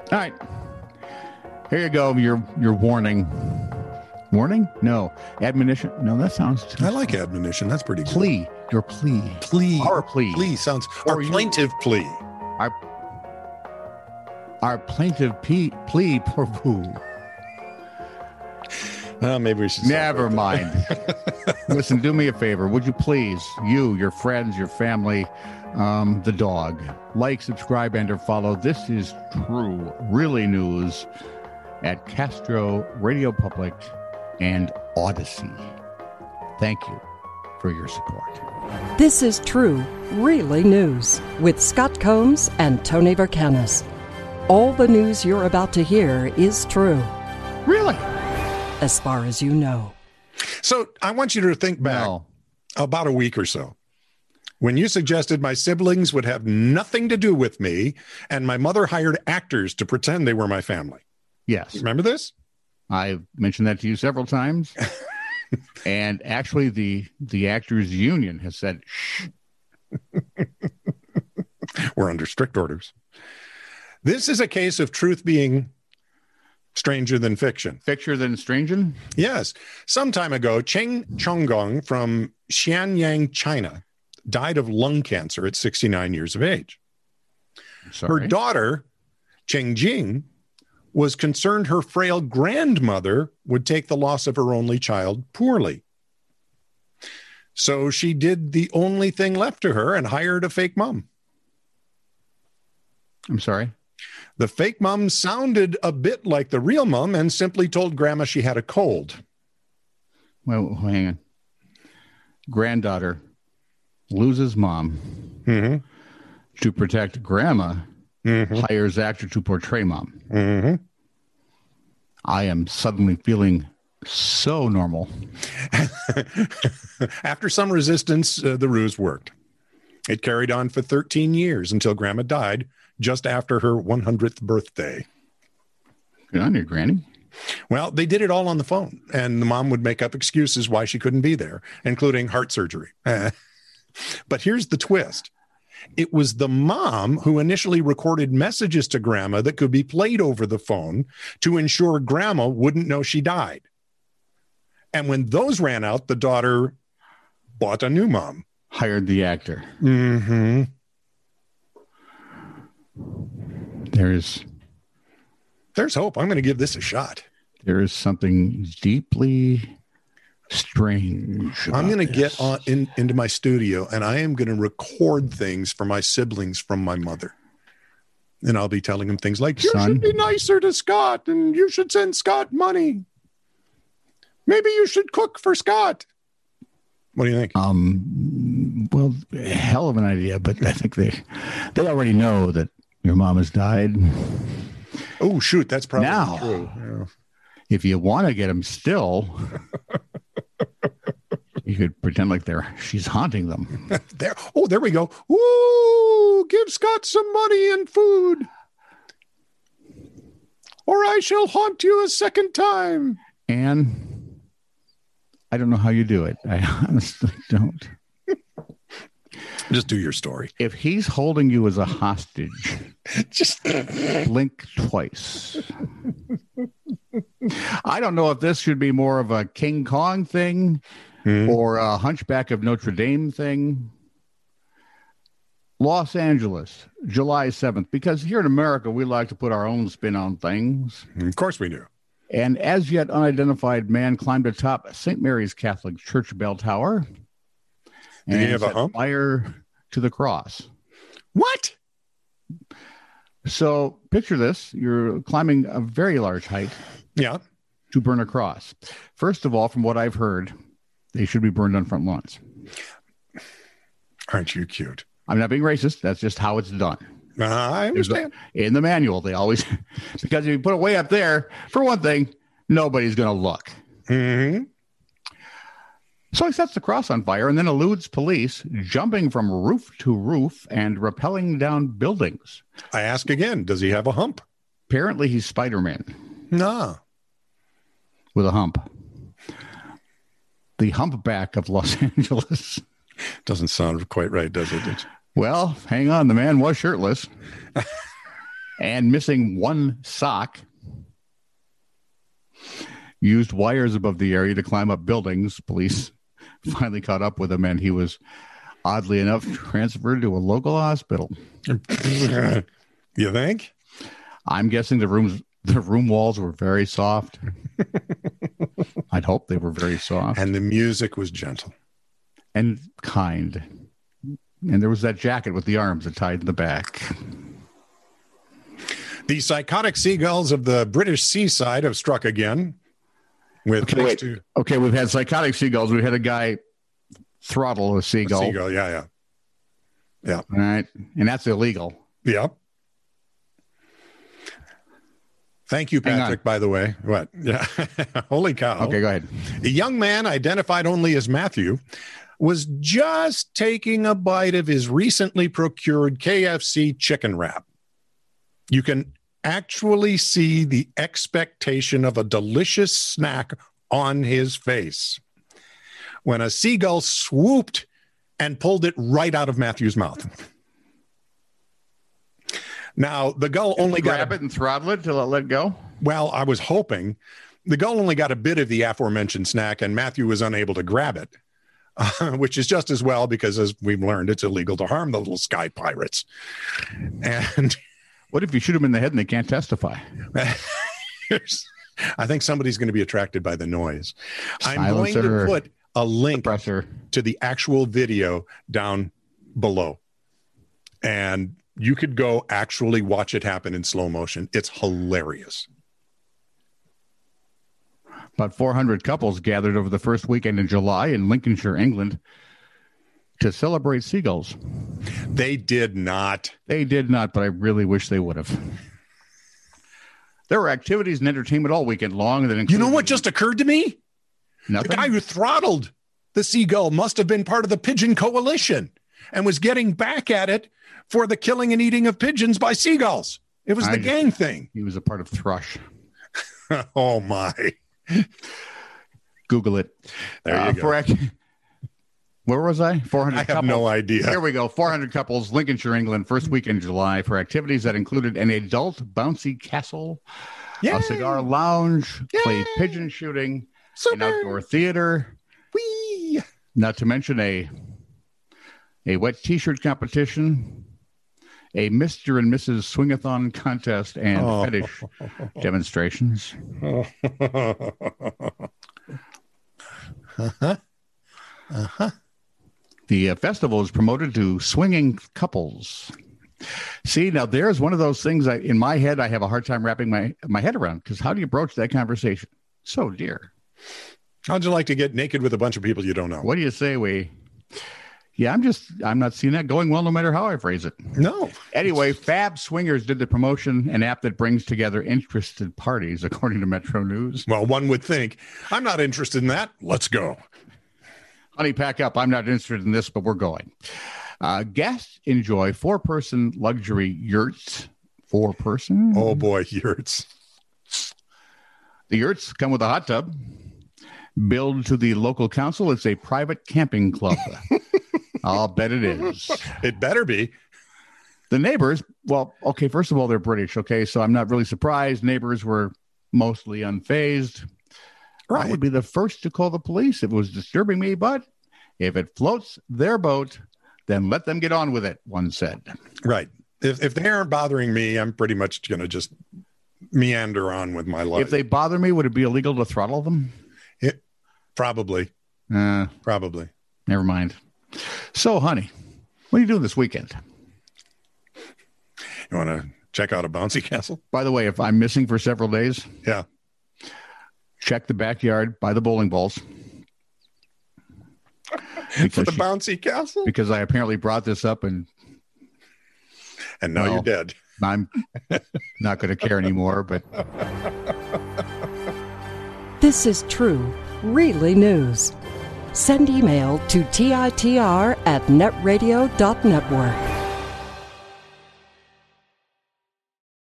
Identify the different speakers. Speaker 1: All right. Here you go. Your your warning. Warning? No. Admonition. No, that sounds too
Speaker 2: I like admonition. That's pretty cool.
Speaker 1: plea. Your plea.
Speaker 2: Plea.
Speaker 1: Our plea.
Speaker 2: plea sounds
Speaker 1: Or
Speaker 2: our
Speaker 1: you-
Speaker 2: plaintive plea.
Speaker 1: Our plaintive plea plea poor poo.
Speaker 2: Uh, maybe we should stop
Speaker 1: Never
Speaker 2: right
Speaker 1: mind. Listen, do me a favor. Would you please, you, your friends, your family, um, the dog, like, subscribe, and or follow. This is true, really news at Castro Radio Public and Odyssey. Thank you for your support.
Speaker 3: This is true, really news with Scott Combs and Tony Vercanis. All the news you're about to hear is true,
Speaker 1: Really?
Speaker 3: as far as you know.
Speaker 2: there. So I want you to think back
Speaker 1: No.
Speaker 2: about a week or so when you suggested my siblings would have nothing to do with me and my mother hired actors to pretend they were my family.
Speaker 1: Yes.
Speaker 2: Remember this?
Speaker 1: I mentioned that to you several times. and actually the the actors union has said shh
Speaker 2: We're under strict orders. This is a case of truth being stranger than fiction.
Speaker 1: picture than stranger.
Speaker 2: Yes. Some time ago, Cheng Chonggong from Xianyang, China, died of lung cancer at 69 years of age.
Speaker 1: Sorry.
Speaker 2: Her daughter, Cheng Jing, was concerned her frail grandmother would take the loss of her only child poorly. So she did the only thing left to her and hired a fake mom.
Speaker 1: I'm sorry.
Speaker 2: The fake mom sounded a bit like the real mom and simply told grandma she had a cold.
Speaker 1: Well, hang on. Granddaughter loses mom
Speaker 2: Mm
Speaker 1: to protect grandma,
Speaker 2: hmm. Mm
Speaker 1: hires actor to portray mom.
Speaker 2: hmm. Mm hmm.
Speaker 1: I am suddenly feeling so normal.
Speaker 2: After some resistance, uh, the ruse worked. It carried on for 13 years until Grandma died just after her 100th birthday.
Speaker 1: Good on you, Granny.
Speaker 2: Well, they did it all on the phone, and the mom would make up excuses why she couldn't be there, including heart surgery. but here's the twist it was the mom who initially recorded messages to Grandma that could be played over the phone to ensure Grandma wouldn't know she died. And when those ran out, the daughter bought a new mom.
Speaker 1: Hired the actor. Mm-hmm.
Speaker 2: hmm
Speaker 1: There is
Speaker 2: There's hope. I'm going to give this a shot.
Speaker 1: there is something deeply strange.
Speaker 2: I'm
Speaker 1: about
Speaker 2: going to
Speaker 1: this.
Speaker 2: get on in, into my studio and I am going to record things for my siblings from my mother. And I'll be telling them things like, "You
Speaker 1: Son.
Speaker 2: should be nicer to Scott, and you should send Scott money. Maybe you should cook for Scott." What do you think?
Speaker 1: Um, well, hell of an idea, but I think they they already know that your mom has died.
Speaker 2: Oh shoot, that's probably
Speaker 1: Now.
Speaker 2: true. Yeah.
Speaker 1: If you want to get them still, you could pretend like they're she's haunting them.
Speaker 2: There. Oh, there we go. Ooh, give Scott some money and food, or I shall haunt you a second time.
Speaker 1: And I don't know how you do it. I honestly don't.
Speaker 2: Just do your story.
Speaker 1: If he's holding you as a hostage,
Speaker 2: Just
Speaker 1: blink twice. I don't know if this should be more of a King Kong thing
Speaker 2: Mm-hmm. Hmm,
Speaker 1: or a Hunchback of Notre Dame thing. Los Angeles, July 7th, because here in America, we like to put our own spin on things.
Speaker 2: Of course we do.
Speaker 1: An as yet unidentified man climbed atop St. Mary's Catholic Church bell tower
Speaker 2: Did he have a
Speaker 1: set
Speaker 2: hump?
Speaker 1: fire to the cross.
Speaker 2: What?
Speaker 1: So picture this you're climbing a very large height
Speaker 2: Yeah.
Speaker 1: to burn a cross. First of all, from what I've heard, they should be burned on front lawns.
Speaker 2: Aren't you cute?
Speaker 1: I'm not being racist. That's just how it's done.
Speaker 2: Uh, I
Speaker 1: There's a-
Speaker 2: understand.
Speaker 1: in the manual, they always, because if you put it way up there, for one thing, nobody's going to look.
Speaker 2: hmm
Speaker 1: So he sets the cross on fire and then eludes police, jumping from roof to roof and rappelling down buildings.
Speaker 2: I ask again, does he have a hump?
Speaker 1: Apparently, he's Spider Man
Speaker 2: Nah.
Speaker 1: with a hump. The humpback of Los Angeles.
Speaker 2: Doesn't sound quite right, does it? It's-
Speaker 1: Well, hang on. The man was shirtless. and missing one sock. Used wires above the area to climb up buildings. Police finally caught up with him, and he was oddly enough transferred to a local hospital.
Speaker 2: you think?
Speaker 1: I'm guessing the rooms, the room walls were very soft. I'd hope they were very soft
Speaker 2: And the music was gentle.
Speaker 1: and kind. And there was that jacket with the arms that tied in the back.
Speaker 2: The psychotic seagulls of the British seaside have struck again. With
Speaker 1: Okay,
Speaker 2: thanks
Speaker 1: wait.
Speaker 2: to
Speaker 1: Okay, we've had psychotic seagulls. We had a guy throttle a seagull.
Speaker 2: seagull, yeah, yeah,
Speaker 1: All right. And that's illegal.
Speaker 2: yeah. Thank you,
Speaker 1: Hang on.
Speaker 2: Patrick. By the way, what? Yeah, holy cow!
Speaker 1: Okay, go ahead.
Speaker 2: The young man, identified only as Matthew, was just taking a bite of his recently procured KFC chicken wrap. You can actually see the expectation of a delicious snack on his face when a seagull swooped and pulled it right out of Matthew's mouth. Now, the gull only got a
Speaker 1: Grab it and throttle it till it let go.
Speaker 2: well, I was hoping the gull only got a bit of the aforementioned snack, and Matthew was unable to grab it, which is just as well because, as we've learned, it's illegal to harm the little sky pirates. And
Speaker 1: What if you shoot them in the head and they can't testify?
Speaker 2: here's- I think somebody's going to be attracted by the noise. I'm going to
Speaker 1: Silencer.
Speaker 2: put a link
Speaker 1: Pressure.
Speaker 2: to the actual video down below, and you could go actually watch it happen in slow motion. It's hilarious.
Speaker 1: About 400 couples gathered over the first weekend in July in Lincolnshire, England, to celebrate seagulls.
Speaker 2: They did not.
Speaker 1: They did not, but I really wish they would have. There were activities and entertainment all weekend long. That
Speaker 2: You know
Speaker 1: included
Speaker 2: what just occurred to me? The
Speaker 1: nothing.
Speaker 2: guy who throttled the seagull must have been part of the pigeon coalition and was getting back at it for the killing and eating of pigeons by seagulls. It was
Speaker 1: I
Speaker 2: the
Speaker 1: just-
Speaker 2: gang thing.
Speaker 1: He was a part of Thrush.
Speaker 2: oh my.
Speaker 1: Google it.
Speaker 2: There you
Speaker 1: Uh,
Speaker 2: go.
Speaker 1: for ac- Where was I? 400
Speaker 2: I have
Speaker 1: couples.
Speaker 2: no idea.
Speaker 1: Here we go. 400 couples, Lincolnshire, England, first week in July for activities that included an adult bouncy castle,
Speaker 2: Yeah.
Speaker 1: a cigar lounge, played
Speaker 2: Yay.
Speaker 1: pigeon shooting, an
Speaker 2: Super.
Speaker 1: outdoor theater,
Speaker 2: Whee.
Speaker 1: not to mention a a wet t-shirt competition, a Mr. and Mrs. Swingathon contest and
Speaker 2: Oh.
Speaker 1: fetish demonstrations. The uh, festival is promoted to swinging couples. See, now there's one of those things I, in my head I have a hard time wrapping my, my head around because how do you broach that conversation? So, dear,
Speaker 2: How'd you like to get naked with a bunch of people you don't know?
Speaker 1: what do you say we? Yeah, I'm just, I'm not seeing that going well no matter how I phrase it.
Speaker 2: No.
Speaker 1: Anyway, Fab Swingers did the promotion, an app that brings together interested parties, according to Metro News.
Speaker 2: Well, one would think, I'm not interested in that. Let's go.
Speaker 1: Honey, pack up. I'm not interested in this, but we're going. Uh, guests enjoy four person luxury yurts. Four person?
Speaker 2: Oh boy, yurts.
Speaker 1: The yurts come with a hot tub. Billed to the local council, it's a private camping club. I'll bet it is.
Speaker 2: It better be.
Speaker 1: The neighbors, well, okay, first of all, they're British, okay, so I'm not really surprised. Neighbors were mostly unfazed. I
Speaker 2: Right.
Speaker 1: would be the first to call the police if it was disturbing me, but if it floats their boat, then let them get on with it, one said.
Speaker 2: Right. If if they aren't bothering me, I'm pretty much gonna just meander on with my life.
Speaker 1: If they bother me, would it be illegal to throttle them?
Speaker 2: probably,
Speaker 1: Uh,
Speaker 2: probably.
Speaker 1: never mind. So, honey, what are you doing this weekend?
Speaker 2: You want to check out a bouncy castle?
Speaker 1: By the way, if I'm missing for several days,
Speaker 2: Yeah.
Speaker 1: check the backyard by the bowling balls. Because,
Speaker 2: the
Speaker 1: she-
Speaker 2: bouncy castle?
Speaker 1: because I apparently brought this up and
Speaker 2: And now you're
Speaker 1: Well.
Speaker 2: dead.
Speaker 1: I'm not going to care anymore, but
Speaker 3: This is true, really news. Send email to TITR at netradio.network.